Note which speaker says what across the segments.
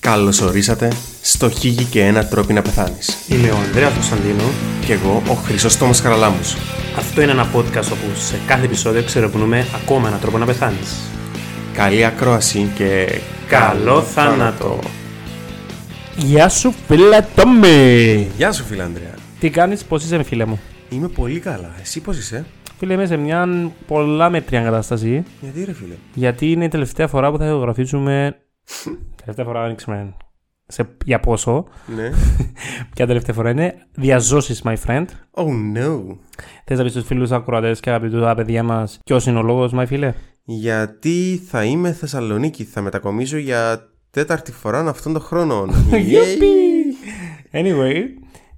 Speaker 1: Καλώς ορίσατε στο Χίγη και ένα τρόπο να πεθάνεις.
Speaker 2: Είμαι ο Ανδρέας Κωνσταντίνο.
Speaker 1: Κι εγώ ο Χρυσόστομος Χαραλάμπους.
Speaker 2: Αυτό είναι ένα podcast όπου σε κάθε επεισόδιο ξερευνούμε ακόμα έναν τρόπο να πεθάνεις.
Speaker 1: Καλή ακρόαση και...
Speaker 2: Καλό θάνατο! Γεια σου φίλε Τόμι!
Speaker 1: Γεια σου φίλε Ανδρέα.
Speaker 2: Τι κάνεις, πώς είσαι φίλε μου.
Speaker 1: Είμαι πολύ καλά. Εσύ πώς είσαι?
Speaker 2: Φίλε είμαι σε μια πολλά μέτρια κατάσταση
Speaker 1: Γιατί ρε φίλε.
Speaker 2: γιατί είναι η τελευταία φορά που θα ηχογραφήσουμε... τελευταία φορά δεν ξέρουμε σε... για πόσο.
Speaker 1: Ναι.
Speaker 2: Ποια τελευταία φορά είναι. Διαζώσεις my friend.
Speaker 1: Oh no.
Speaker 2: Θες να πεις στους φίλους ακροατές και αγαπητούς παιδιά μας ποιος είναι ο λόγος my φίλε.
Speaker 1: Γιατί θα είμαι Θεσσαλονίκη. Θα μετακομίσω για τέταρτη φορά αυτόν τον χρόνο.
Speaker 2: Γιουπι! Anyway,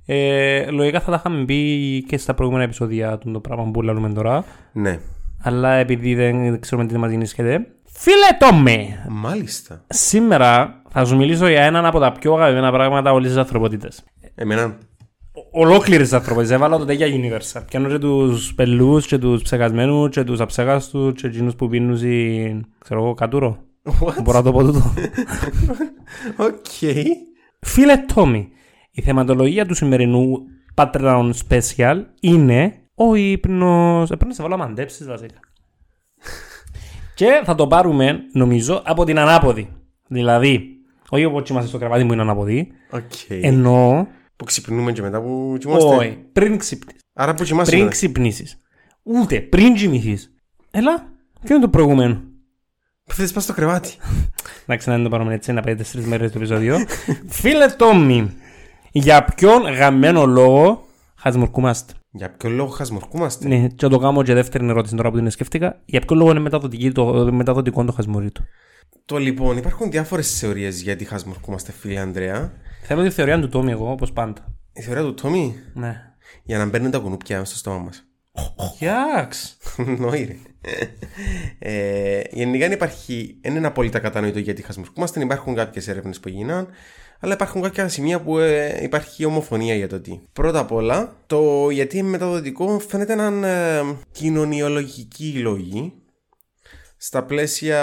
Speaker 2: ε, λογικά θα τα είχαμε μπει και στα προηγούμενα επεισόδια του το πράγμα που λέμε τώρα.
Speaker 1: ναι.
Speaker 2: Αλλά επειδή δεν ξέρουμε τι μας γεννήσκεται. Φίλε Τόμι!
Speaker 1: Μάλιστα.
Speaker 2: Σήμερα θα σου μιλήσω για έναν από τα πιο αγαπημένα πράγματα όλης της ανθρωπότητας.
Speaker 1: Εμένα
Speaker 2: Ολόκληρης της ανθρωπότητας. Έβαλα το τέτοια universal. Πιάνω και τους πελούς, και τους ψεγασμένου, και τους αψεγάστου, και εκείνους που πίνουν. ζυ- ξέρω εγώ, κατούρο.
Speaker 1: What?
Speaker 2: Μπορώ να το πω τούτο.
Speaker 1: Οκ.
Speaker 2: Φίλε Τόμι, η θεματολογία του σημερινού Patreon Special είναι ο ύπνος. Πρέπει να σε βάλω να μαντέψει βασικά. Και θα το πάρουμε, νομίζω, από την ανάποδη. Δηλαδή, όχι όπως είμαστε στο κρεβάτι μου είναι ανάποδη.
Speaker 1: Οκ.
Speaker 2: Εννοώ.
Speaker 1: Που ξυπνούμε και μετά που κοιμάστε.
Speaker 2: Όχι, πριν ξυπνήσεις.
Speaker 1: Άρα που κοιμάσαι.
Speaker 2: ε. Πριν
Speaker 1: ρε.
Speaker 2: ξυπνήσεις. Ούτε πριν κοιμηθείς. Ελά, ποιο είναι το προηγούμενο.
Speaker 1: Που θες πας στο κρεβάτι.
Speaker 2: Εντάξει, να είναι το παρόμοιο έτσι, να πέντε τρεις μέρες το επεισόδιο. Φίλε Τόμι, για ποιον γαμμένο λόγο χασμουρκούμαστε.
Speaker 1: Για ποιο λόγο χασμορκούμαστε.
Speaker 2: Ναι, και το κάνω και δεύτερη ερώτηση τώρα που την σκέφτηκα. Για ποιο λόγο είναι μεταδοτική το, μεταδοτικό το χασμουρί του.
Speaker 1: Το λοιπόν, υπάρχουν διάφορες θεωρίες γιατί χασμορκούμαστε, φίλε Ανδρέα.
Speaker 2: Θέλω τη θεωρία του Τόμι εγώ, όπως πάντα.
Speaker 1: Η θεωρία του Τόμι
Speaker 2: Ναι.
Speaker 1: για να μπαίνουν τα κουνούπια στο στόμα μας.
Speaker 2: Γιάξ.
Speaker 1: Νόη, ρε. ε, γενικά δεν υπάρχει, δεν είναι απόλυτα κατανοητό γιατί χασμορκούμαστε. Υπάρχουν κάποιες έρευνες που γίναν, αλλά υπάρχουν κάποια σημεία που ε, υπάρχει ομοφωνία για το τι. Πρώτα απ' όλα, το γιατί είναι μεταδοτικό φαίνεται έναν ε, κοινωνιολογική λόγη στα πλαίσια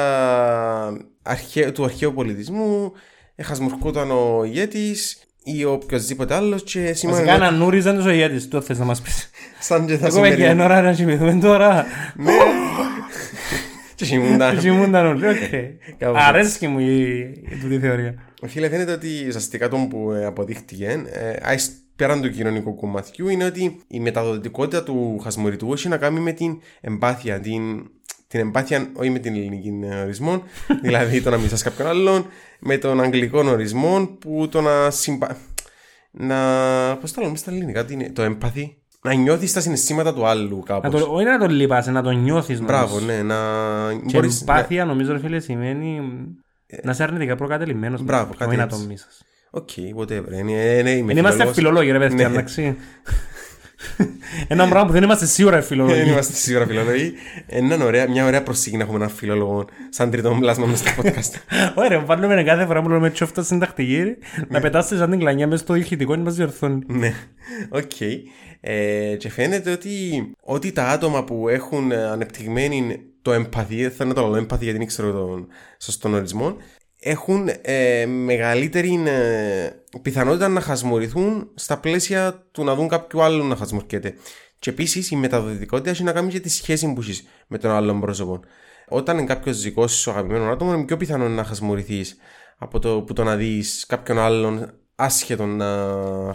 Speaker 1: αρχαίου- του αρχαίου πολιτισμού. Ε, χασμουρκούταν ο ηγέτης ή οποιοδήποτε άλλος και
Speaker 2: Βασικά
Speaker 1: σήμερα.
Speaker 2: να νούριζαν τους ηγέτες, το θες να μας πεις.
Speaker 1: Σαν και θα
Speaker 2: Εγώ με
Speaker 1: σημαίνει.
Speaker 2: την ώρα να κοιμηθούμε τώρα.
Speaker 1: Και χυμούνταν.
Speaker 2: Κοιμούνταν όλοι. οκ.
Speaker 1: Ε, Κάπως
Speaker 2: Αρέσκει μου η η τούτη θεωρία.
Speaker 1: Φίλε, φαίνεται ότι ουσιαστικά το που ε, αποδείχτηκε, ε, άις πέραν του κοινωνικού κομματιού, είναι ότι η μεταδοτικότητα του χασμουριτού έχει να κάνει με την εμπάθεια. Την, την εμπάθεια, όχι με την ελληνική ε, ορισμό, δηλαδή το να μισάς κάποιον άλλον, με τον αγγλικών ορισμό που το να συμπα... Να... Πώς το λέμε στα ελληνικά, τι είναι, το εμπάθη. Να νιώθεις τα συναισθήματα του άλλου
Speaker 2: Να
Speaker 1: κάπως.
Speaker 2: το- Όχι να τον λείπασαι, να τον νιώθεις.
Speaker 1: Μπράβο, ναι, να...
Speaker 2: Και
Speaker 1: μπορείς- ναι.
Speaker 2: εμπάθεια νομίζω ρε φίλε σημαίνει να είσαι αρνητικά προκατελημένος.
Speaker 1: μπράβο, κάτι
Speaker 2: Όχι να
Speaker 1: έτσι.
Speaker 2: τον μίσας.
Speaker 1: Οκ, whatever. Είναι, είναι, είμαι
Speaker 2: Δεν είμαστε
Speaker 1: φιλολόγος.
Speaker 2: φιλολόγοι ρε παιδιά,
Speaker 1: Ναι.
Speaker 2: εντάξει. Ένα πράγμα που δεν είμαστε σίγουρα
Speaker 1: Ε, Δεν
Speaker 2: φιλολόγοι.
Speaker 1: είμαστε σίγουρα φιλόλογοι. Έναν ωραία, μια ωραία προσήκη να έχουμε έναν φιλόλογο σαν τρίτο πλάσμα μέσα στο podcast.
Speaker 2: Ωραία, ρε, βάλουμε κάθε φορά που λέμε τσόφτα συντακτική να πετάσετε σαν την κλανιά μέσα στο ηχητικό και μας διορθώνει.
Speaker 1: ναι. Οκ. Ε, και φαίνεται ότι, ότι τα άτομα που έχουν ε, ανεπτυγμένη το εμπαθία, θα είναι το λόγο εμπαθία γιατί δεν ξέρω τον σωστό ορισμό, έχουν ε, μεγαλύτερη ε, πιθανότητα να χασμουρηθούν στα πλαίσια του να δουν κάποιου άλλου να χασμουρκέται. Και επίσης η μεταδοτικότητα έχει να κάνει και τη σχέση που έχεις με τον άλλον πρόσωπο. Όταν είναι κάποιο δικό σου αγαπημένο άτομο, είναι πιο πιθανό να χασμουρηθεί από το που το να δεις κάποιον άλλον άσχετο να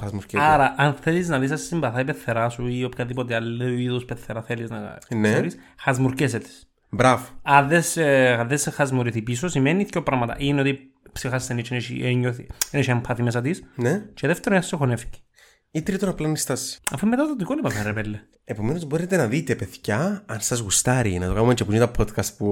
Speaker 1: χασμουρκέται.
Speaker 2: Άρα, αν θέλεις να δεις αν σε συμπαθά η πεθερά σου ή οποιαδήποτε άλλο είδους πεθερά θέλεις να
Speaker 1: Ναι.
Speaker 2: ξέρεις, χασμουρκέσαι της.
Speaker 1: Μπράβο.
Speaker 2: Αν δεν σε, αν δεν σε χασμουρηθεί πίσω, σημαίνει δύο πράγματα. Είναι ότι ψυχασθενή και έχει- ένιωθει- έχει εμπάθει μέσα της
Speaker 1: Ναι.
Speaker 2: Και δεύτερον, ας χωνεύκει.
Speaker 1: Ή τρίτον, απλά είναι η στάση.
Speaker 2: Αφού μετά το δικό είπαμε, ρε πέλε.
Speaker 1: Επομένως, μπορείτε να δείτε, παιδιά, αν σας γουστάρει, να το κάνουμε και που είναι τα podcast που.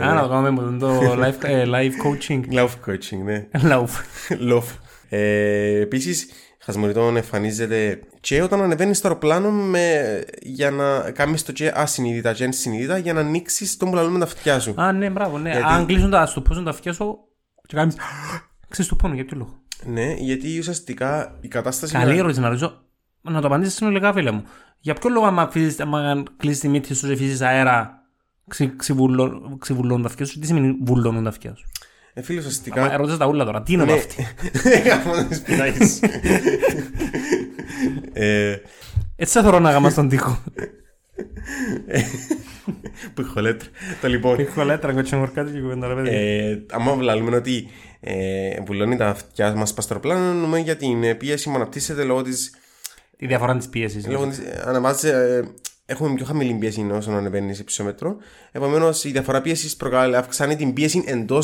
Speaker 1: ε,
Speaker 2: Α, να το κάνουμε με το live, ε, live coaching.
Speaker 1: Love coaching, ναι.
Speaker 2: Λαουφ.
Speaker 1: Love. Ε, Επίσης, χασμοριτών εμφανίζεται και όταν ανεβαίνεις στο αεροπλάνο με, για να κάνεις το και ασυνείδητα, και συνειδητά για να ανοίξεις τον μπλαλό με τα αυτιά σου.
Speaker 2: Α, ναι, μπράβο, ναι.
Speaker 1: Γιατί-
Speaker 2: Αν κλείσουν τα, ας το πούσουν τα αυτιά σου και κάνεις ξέρεις του πόνο, για ποιο λόγο.
Speaker 1: Ναι, γιατί ουσιαστικά η κατάσταση.
Speaker 2: Καλή
Speaker 1: είναι...
Speaker 2: ερώτηση να ρωτήσω. Να το απαντήσεις συνολικά, φίλε μου. Για ποιο λόγο άμα, αφήσεις- άμα κλείσεις τη μύτη σου και αφήσεις αέρα ξυ- ξυβουλώ- ξυβουλώνουν τα αυτιά σου, τι σημαίνει βουλώνουν τα αυτιά σου.
Speaker 1: Ε, φίλε, ουσιαστικά.
Speaker 2: Άμα Ερώτησες τα ούλα τώρα, τι είναι
Speaker 1: Ναι.
Speaker 2: αυτή.
Speaker 1: Γαμώ τις πινάκες. Ε,
Speaker 2: Έτσι θα θέλω να γαμάς τον τοίχο.
Speaker 1: Που χολέτρα. Τα λοιπόν.
Speaker 2: Έχω λέτρα, κοτσιγκορκάτι και κουβέντα, ρε παιδί.
Speaker 1: Ε, άμα βλαλούμε ότι ε, βουλώνει τα αυτιά μας παστροπλάνο, εννοούμε για την ε, πίεση που αναπτύσσεται λόγω της.
Speaker 2: Η διαφορά της πίεσης. λοιπόν.
Speaker 1: Λόγω της ε, αναβάζεται, ε, έχουμε πιο χαμηλή πίεση ενώ όσον ανεβαίνει σε ψωμέτρο. Επομένως, η διαφορά πίεσης αυξάνει την πίεση εντός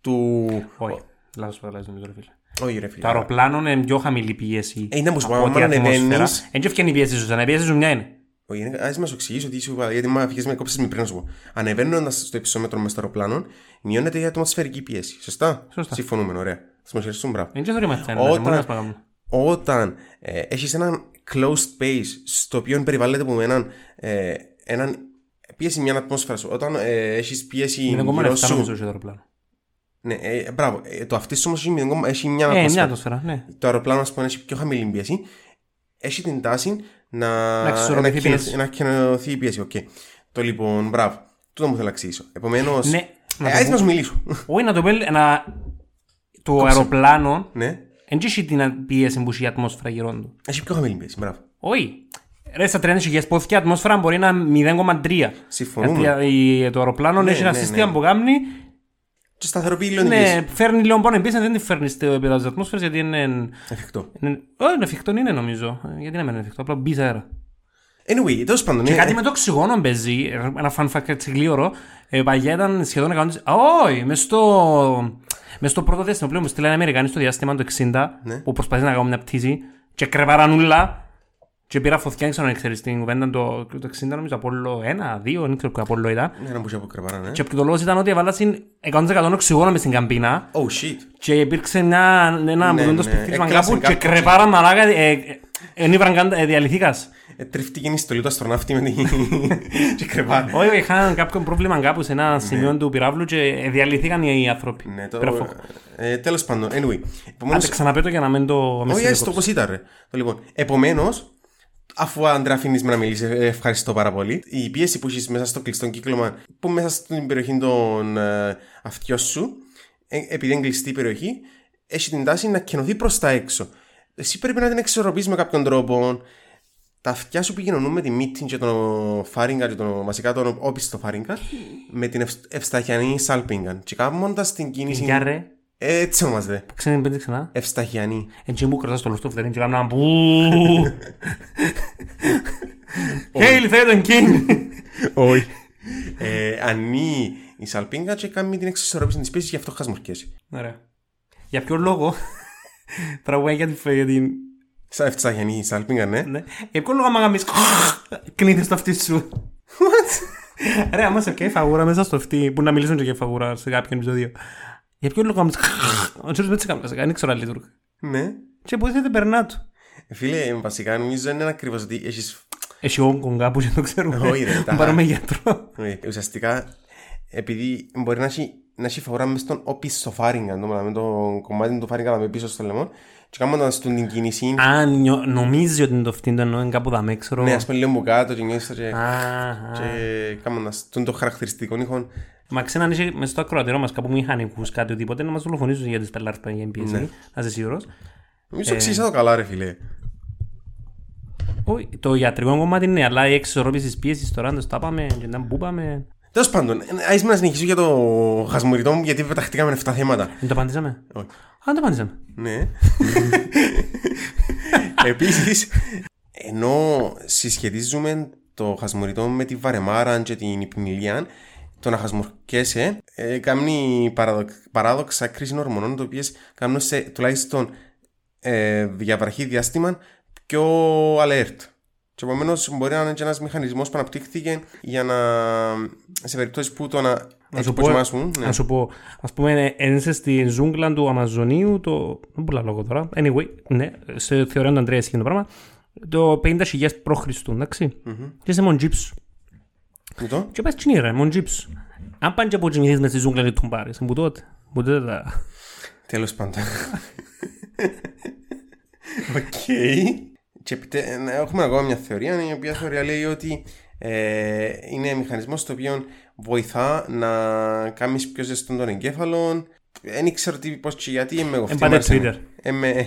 Speaker 1: του.
Speaker 2: Όχι, λάθος παραλάζεις νομίζω, ρε φίλε. ναι,
Speaker 1: Όχι, ρε φίλε.
Speaker 2: Το αεροπλάνο είναι πιο χαμηλή πίεση.
Speaker 1: Ε, ήταν που σου
Speaker 2: από
Speaker 1: είπα,
Speaker 2: ό,τι
Speaker 1: άμα
Speaker 2: η ατμόσφαιρα.
Speaker 1: ανεβαίνεις-
Speaker 2: Εν και ευκαινή η πίεση σου, σαν να πίεση σου μια είναι.
Speaker 1: Όχι, είναι- ας μας εξηγήσει ότι σου είπα, γιατί μα αφηγές με κόψεις με πριν να σου πω. Ανεβαίνοντας στο υψόμετρο μες στο αεροπλάνο, μειώνεται η ατμοσφαιρική πίεση. Σωστά.
Speaker 2: Σωστά.
Speaker 1: Συμφωνούμε, ωραία. Θα μας ευχαριστούμε, μπράβο.
Speaker 2: Εν και θωρήμα τσένα,
Speaker 1: Όταν-
Speaker 2: μόνο να σπαγάμε.
Speaker 1: όταν ε, έχεις έναν closed space στο οποίο περιβάλλεται από έναν, ε, έναν πίεση μια ατμόσφαιρα σου, όταν ε, έχεις πίεση
Speaker 2: Είναι ακόμα
Speaker 1: γύρω
Speaker 2: 7
Speaker 1: σου,
Speaker 2: νομίζω το αεροπλάνο.
Speaker 1: ναι, ε, μπράβο, ε, το αυτή σου όμως έχει, 0,1 έχει μια
Speaker 2: Ε, μια
Speaker 1: ατμόσφαιρα.
Speaker 2: ατμόσφαιρα, ναι.
Speaker 1: το αεροπλάνο, ας πούμε, έχει πιο χαμηλή πίεση, έχει την τάση να,
Speaker 2: Να εξισορροπηθεί η
Speaker 1: να-
Speaker 2: πίεση.
Speaker 1: να εκκαινωθεί η πίεση. οκ. Το λοιπόν, μπράβο. Τούτο μου θέλω να αξίσω. Επομένως,
Speaker 2: Ναι,
Speaker 1: ε,
Speaker 2: να το
Speaker 1: ας να
Speaker 2: πω-
Speaker 1: σου μιλήσω.
Speaker 2: Όχι, να το πέλ- να- Το αεροπλάνο
Speaker 1: ναι,
Speaker 2: δεν έχει την πίεση που έχει η ατμόσφαιρα γύρω του.
Speaker 1: έχει πιο χαμηλή πίεση, μπράβο.
Speaker 2: Όχι. Ρε στα 30 χιλιάδες πόθηκε η ατμόσφαιρα μπορεί να είναι 0,3.
Speaker 1: Συμφωνούμε.
Speaker 2: Γιατί α, Ε, η- το αεροπλάνο
Speaker 1: Ναι,
Speaker 2: έχει ένα
Speaker 1: ναι,
Speaker 2: σύστημα
Speaker 1: ναι.
Speaker 2: που κάνει.
Speaker 1: Και σταθεροποιεί λίγο την πίεση.
Speaker 2: Ναι, φέρνει λίγο πόνο πίεση, δεν τη φέρνει στο επίπεδο της ατμόσφαιρας γιατί είναι.
Speaker 1: Εφικτό.
Speaker 2: είναι- Όχι, είναι εφικτό, είναι νομίζω. Ε, Γιατί να μην είναι εφικτό, απλά μπει σε αέρα.
Speaker 1: Anyway, τέλος πάντων.
Speaker 2: Και
Speaker 1: ναι,
Speaker 2: κάτι
Speaker 1: ε,
Speaker 2: με το οξυγόνο παίζει, ε, ένα fun fact έτσι γλύωρο. Ε, Παγιά ήταν σχεδόν 100%. Α, Όχι, μες στο, μες στο πρώτο διάστημα πλέον μου στείλανε Αμερικανοί στο διάστημα το 60
Speaker 1: Ναι.
Speaker 2: που προσπαθεί να κάνουν μια πτήση και κρεβάραν ούλα και πήρα φωτιά, δεν ξέρω αν ξέρεις την κουβέντα το, το 60 νομίζω από όλο 1, 2, δεν ξέρω ποιο από όλο ήταν.
Speaker 1: Ναι, να μπούσει από κρεβάρα, ναι.
Speaker 2: Και από το λόγο ήταν ότι έβαλα συν 100% οξυγόνο μες στην καμπίνα
Speaker 1: Oh shit.
Speaker 2: και υπήρξε μια, ένα
Speaker 1: Ναι,
Speaker 2: ναι,
Speaker 1: ναι,
Speaker 2: ναι. σπιχτήρισμα
Speaker 1: έκλαψε
Speaker 2: κάπου και
Speaker 1: κάπου.
Speaker 2: κρεβάραν μαλάκα, ε, ε, εν ήβραν καν- ε, διαλυθήκας.
Speaker 1: Ε, Τρίφτηκε η στολή του αστροναύτη με την και κρεβάρα.
Speaker 2: Όχι, είχαν κάποιο πρόβλημα κάπου σε ένα σημείο του πυράβλου και διαλύθηκαν οι άνθρωποι.
Speaker 1: Ναι, το...
Speaker 2: Πυραφό.
Speaker 1: ε, τέλος πάντων, anyway.
Speaker 2: Άντε,
Speaker 1: Επομένως,
Speaker 2: ξαναπέτω για να μην το
Speaker 1: όχι
Speaker 2: μεσηλεύω.
Speaker 1: έστω όπως ήταν ρε. Το Λοιπόν, επομένως, αφού άντρα αφήνεις με να μιλήσει, ε, ευχαριστώ πάρα πολύ. Η πίεση που έχεις μέσα στο κλειστό κύκλωμα, που μέσα στην περιοχή των ε, αυτιών σου, ε, επειδή είναι κλειστή η περιοχή, έχει την τάση να κενωθεί προς τα έξω. Εσύ πρέπει να την εξορροπείς με κάποιον τρόπο, τα αυτιά σου επικοινωνούν με τη μύτη και τον φάριγγα και τον βασικά τον όπιστο φάριγγα με την ευσ- ευσταχιανή σάλπιγγα. Και κάνοντας την κίνηση.
Speaker 2: Για ρε,
Speaker 1: Έτσι ονομάζεται.
Speaker 2: ξένη πέντε ξανά.
Speaker 1: Ευσταχιανή.
Speaker 2: Έτσι μου κρατάς το λεφτό φτερήν και κάνω ένα μπου. Hail Theodon King.
Speaker 1: Όχι. ε, ανή η σαλπίγγα και κάνει την εξισορρόπηση της πίεση, γι' αυτό χασμουρκέσει.
Speaker 2: Ωραία. Για ποιο λόγο τραγουδάει για την φε- για την...
Speaker 1: Σαν ευσταχιανή η σαλπίγγα, ναι.
Speaker 2: ναι. Για ποιο λόγο άμα γαμείς κλείνεις το αυτί σου. Ρε, άμα σε πιάει φαγούρα μέσα στο αυτί, που να μιλήσουν και για φαγούρα σε κάποιον επεισόδιο. Για ποιο λόγο όμως, Ο Τζόρτζ δεν τσεκάμε, δεν ξέρω αν λειτουργεί.
Speaker 1: ναι.
Speaker 2: Και που δεν περνά του.
Speaker 1: Φίλε, ε, βασικά νομίζω είναι ακριβώς ότι έχεις.
Speaker 2: Έχει όγκον κάπου και το ξέρουμε.
Speaker 1: Όχι, ρε, τα-
Speaker 2: Να Πάρουμε γιατρό.
Speaker 1: Ε, Ουσιαστικά, επειδή μπορεί να έχει, να έχει φαγουρά μέσα στον όπιστο φάριγγα, το, με το κομμάτι του φάριγγα να με πίσω στο λαιμό, και κάνοντα την κίνηση.
Speaker 2: Αν νιω- νομίζει ότι είναι το αυτί, το εννοεί κάπου δαμέ, ξέρω.
Speaker 1: Ναι, ας πούμε λίγο μου κάτω και νιώθεις το και,
Speaker 2: Α, α.
Speaker 1: και κάνοντας τον το χαρακτηριστικό ήχον.
Speaker 2: Μα ξένα αν είσαι μες στο ακροατήρο μας κάπου μηχανικούς κάτι οτιδήποτε να μας δολοφονήσουν για τις πελάρες που είναι για
Speaker 1: Ναι.
Speaker 2: NPC. Να είσαι σίγουρος.
Speaker 1: Νομίζω εξήγησα το καλά ρε φίλε.
Speaker 2: Όχι, το ιατρικό κομμάτι είναι, αλλά η εξισορρόπηση της πίεσης τώρα, αν το στάπαμε και να μπούπαμε.
Speaker 1: Τέλος πάντων, ε, άισμα να συνεχίσω για το χασμουριτό μου γιατί πεταχτήκαμε 7 θέματα.
Speaker 2: Δεν το απαντήσαμε.
Speaker 1: Όχι.
Speaker 2: Α, δεν το απαντήσαμε.
Speaker 1: Ναι. Επίσης, ενώ συσχετίζουμε το χασμουριτό με τη βαρεμάρα και την υπνηλία, το να χασμουρκέσαι ε, κάνει παραδοκ- παράδοξα κρίση ορμονών, το οποίο κάνουν σε τουλάχιστον ε, διαβραχή διάστημα πιο alert. Και επομένως μπορεί να είναι και ένας μηχανισμός που αναπτύχθηκε για να. σε περιπτώσεις που το να.
Speaker 2: Να σου πω-
Speaker 1: εκποτιμάσουν, ναι.
Speaker 2: Να σου πω, ας πούμε, ε, είσαι στη ζούγκλα του Αμαζονίου, το... Δεν πολλά λόγο τώρα. Anyway, ναι, σε θεωρία του Αντρέα το πράγμα. Το 50.000 π.Χ. ενταξει Και είσαι μοντζίψ.
Speaker 1: Μου το.
Speaker 2: Και πας τσινή ρε, μοντζίψ. Αν πάνε και από τσινηθείς μες στη ζούγκλα του Τουμπάρης, είναι που τότε. Που τότε τα...
Speaker 1: Τέλος πάντων. Οκ. Και επιτε- να έχουμε ακόμα μια θεωρία, η οποία θεωρία λέει ότι ε, είναι μηχανισμός στο οποίο βοηθά να κάνεις πιο ζεστό τον εγκέφαλο. Δεν ήξερα τι, πώς και γιατί είμαι εγώ
Speaker 2: Εμπάτε Twitter.
Speaker 1: Είμαι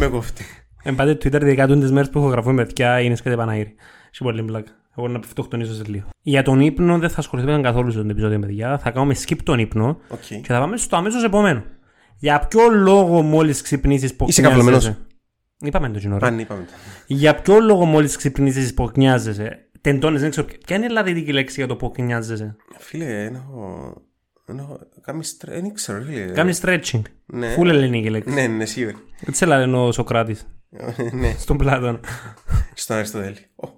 Speaker 1: εγώ αυτή.
Speaker 2: Εμπάτε Twitter, ειδικά τούν τις μέρες που έχω γραφεί με παιδιά, είναι σκέτε Παναγύρη. Σε πολύ πλάκα. Εγώ να αυτοκτονήσω σε λίγο. Για τον ύπνο δεν θα ασχοληθούμε καθόλου στον επεισόδιο, παιδιά. Θα κάνουμε skip τον ύπνο
Speaker 1: Οκ.
Speaker 2: και θα πάμε στο αμέσως επόμενο. Για ποιο λόγο μόλις ξυπνήσεις που
Speaker 1: Είσαι καυλωμένος.
Speaker 2: Είπαμε το κοινό.
Speaker 1: Αν είπαμε. το.
Speaker 2: Για ποιο λόγο μόλις ξυπνήσεις ποκνιάζεσαι. Τεντώνε, δεν ξέρω. ποια- Ποια είναι η λατινική λέξη για το ποκνιάζεσαι.
Speaker 1: Φίλε, δεν έχω... Δεν έχω... Κάμι στρε... Δεν ξέρω, φίλε.
Speaker 2: Κάνει stretching.
Speaker 1: Ναι.
Speaker 2: Φούλε ελληνική λέξη.
Speaker 1: Ναι, ναι, σίγουρα.
Speaker 2: Έτσι έλα λένε ο Σοκράτης
Speaker 1: ναι,
Speaker 2: στον Πλάτων.
Speaker 1: στον Αριστοτέλη. Ω, ω.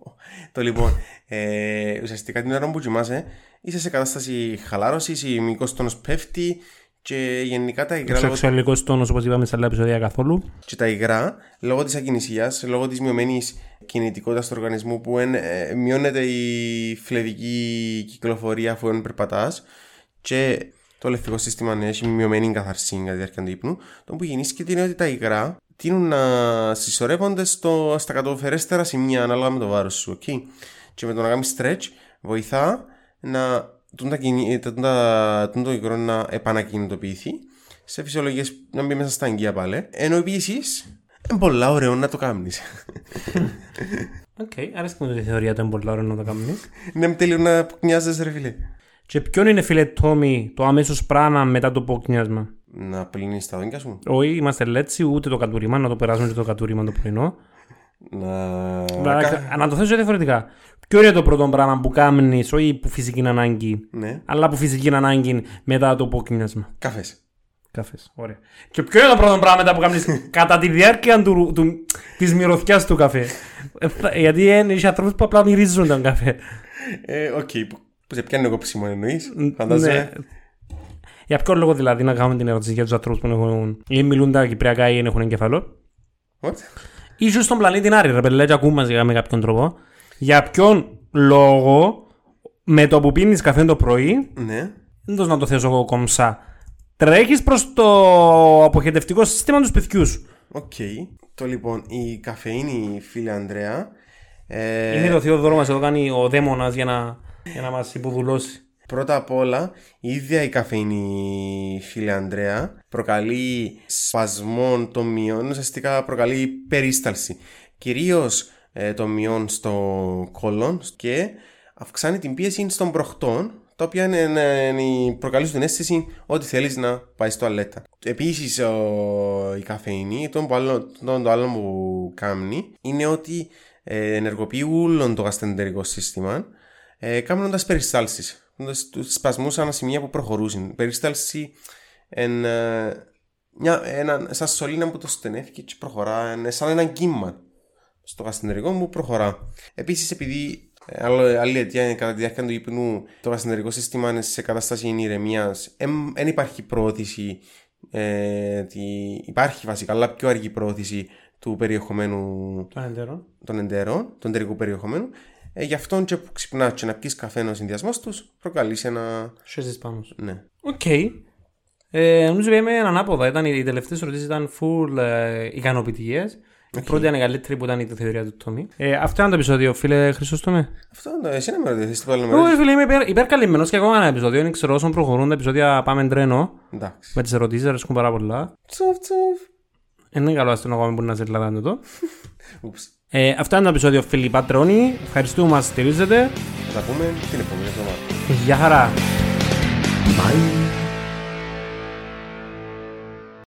Speaker 1: Το λοιπόν, ε, ουσιαστικά την ώρα που κοιμάσαι, είσαι σε κατάσταση χαλάρωσης, η μικρός τόνος πέφτει και γενικά τα υγρά, λόγω,
Speaker 2: Σεξουαλικός τόνος, όπως είπαμε σε άλλα επεισόδια καθόλου.
Speaker 1: και τα υγρά, λόγω της ακινησίας, λόγω της μειωμένης κινητικότητας του οργανισμού που εν, ε, μειώνεται η φλεβική κυκλοφορία αφού εν περπατάς και το λεφτικό σύστημα ναι, έχει μειωμένη καθαρσή κατά τη διάρκεια του ύπνου. Το που γεννήσκεται είναι ότι τα υγρά τείνουν να συσσωρεύονται στο, στα κατοφερέστερα σημεία ανάλογα με το βάρος σου. οκ. Και με το να κάνεις stretch βοηθά να τούν τα, κινη- τα- τούν τα- τούν το υγρό να επανακινητοποιηθεί σε φυσιολογίες να μπει μέσα στα αγγεία πάλι. Ενώ επίσης είναι πολλά ωραίο να το κάνεις.
Speaker 2: Οκ, αρέσει και μου τη θεωρία των πολλών να το κάνουμε.
Speaker 1: είναι τέλειο να κουνιάζεσαι, ρε φίλε.
Speaker 2: Και ποιον είναι, φίλε Τόμι, το αμέσως πράγμα μετά το ποκνιάσμα.
Speaker 1: Να πλύνεις τα δόντια σου.
Speaker 2: Όχι, είμαστε λέτσι, ούτε το κατούριμα, να το περάσουμε και το κατούριμα το πρωινό.
Speaker 1: Να.
Speaker 2: Να,
Speaker 1: κα-
Speaker 2: να το θέσω διαφορετικά. Ποιο είναι το πρώτο πράγμα που κάνει, όχι που φυσική ανάγκη,
Speaker 1: Ναι.
Speaker 2: αλλά που φυσική ανάγκη μετά το ποκνιάσμα.
Speaker 1: Καφές.
Speaker 2: Καφές. Ωραία. Και ποιο είναι το πρώτο πράγμα μετά που κάνει κατά τη διάρκεια του, του, της μυρωδιά του καφέ. Ε, θα- Γιατί είναι οι ανθρώπου που απλά μυρίζουν τον καφέ.
Speaker 1: Ε, οκ. που- Που σε πιάνει εγώ ψήμον εννοείς,
Speaker 2: Ναι.
Speaker 1: φαντάζομαι.
Speaker 2: Για ποιο λόγο δηλαδή να κάνουμε την ερώτηση για τους ανθρώπους που έχουν, ή μιλούν τα κυπριακά ή δεν έχουν εγκεφαλό.
Speaker 1: What?
Speaker 2: Ίσως στον πλανήτη Άρη, ρε παιδιά, και ακούμε σιγά με κάποιον τρόπο. Για ποιον λόγο με το που πίνεις καφέ το πρωί,
Speaker 1: Ναι.
Speaker 2: δεν το να το θέσω εγώ κομψά, τρέχεις προς το αποχαιρετευτικό σύστημα του σπιτιού σου.
Speaker 1: Οκ. Το λοιπόν, η καφεΐνη, φίλε Ανδρέα, ε,
Speaker 2: Είναι το θείο δώρο μας εδώ κάνει ο δαίμονας για να, για να μας υποδουλώσει.
Speaker 1: πρώτα απ' όλα, η ίδια η καφεΐνη, φίλε Ανδρέα, προκαλεί σπασμό των μειών, ουσιαστικά προκαλεί περίσταλση. Κυρίως ε, των μειών στο κόλλον και αυξάνει την πίεση στον προχτών, τα οποία είναι, είναι- είναι- προκαλούν την αίσθηση ότι θέλεις να πάεις στο αλέτα. Επίσης ο, η καφεϊνή, τον, που άλλο, τον το άλλο που κάνει, είναι ότι ε, ενεργοποιεί όλο το γαστεντερικό σύστημα, ε, κάνοντας περιστάλσεις, κάνοντας τους σπασμούς ανά σημεία που προχωρούσαν. Περιστάλση εν, ε, μια, ένα, σαν σωλήνα που το στενεύει και προχωρά, εν- σαν ένα κύμα στο γαστεντερικό μου προχωρά. Επίσης, επειδή ε, άλλο- άλλη αιτία είναι κατά τη διάρκεια του ύπνου, το γαστεντερικό σύστημα είναι σε κατάσταση ηρεμίας, δεν υπάρχει πρόθεση. Ε, τη- υπάρχει βασικά, αλλά πιο αργή πρόθεση του περιεχομένου
Speaker 2: Το ανεντέρω.
Speaker 1: των εντέρων, των εντερικού περιεχομένου. Ε, γι' αυτόν και που ξυπνάς και να πιεις καφέ ο συνδυασμός τους, προκαλείς σε ένα.
Speaker 2: Σχέζει πάνω σου.
Speaker 1: Ναι.
Speaker 2: Οκ. Ε, νομίζω πήγαμε ανάποδα. Ήταν, οι τελευταίες ερωτήσεις ήταν full ε, ικανοποιητικές. Η πρώτη ήταν η καλύτερη που ήταν η θεωρία του Τόμι. Ε, αυτό ήταν το επεισόδιο, φίλε Χρυσόστομε.
Speaker 1: Αυτό είναι το. Εσύ να με ρωτήσεις, τι άλλο να με
Speaker 2: Εγώ,
Speaker 1: ρωτήσεις.
Speaker 2: ρε φίλε, είμαι υπερ, υπερκαλυμμένος και ακόμα ένα επεισόδιο. Είναι ξέρω όσων προχωρούν τα επεισόδια πάμε τρένο.
Speaker 1: Εντάξει.
Speaker 2: Με τις ερωτήσεις αρέσκουν πάρα πολλά.
Speaker 1: Τσουφ, τσουφ.
Speaker 2: Ε, Είναι καλό αστυνομικό που να σε λαδάνε το.
Speaker 1: Ούψ.
Speaker 2: Ε, αυτό ήταν το επεισόδιο, φίλοι Πατρώνοι. Ευχαριστούμε που μας στηρίζετε.
Speaker 1: Θα τα πούμε την επόμενη εβδομάδα.
Speaker 2: Γεια χαρά.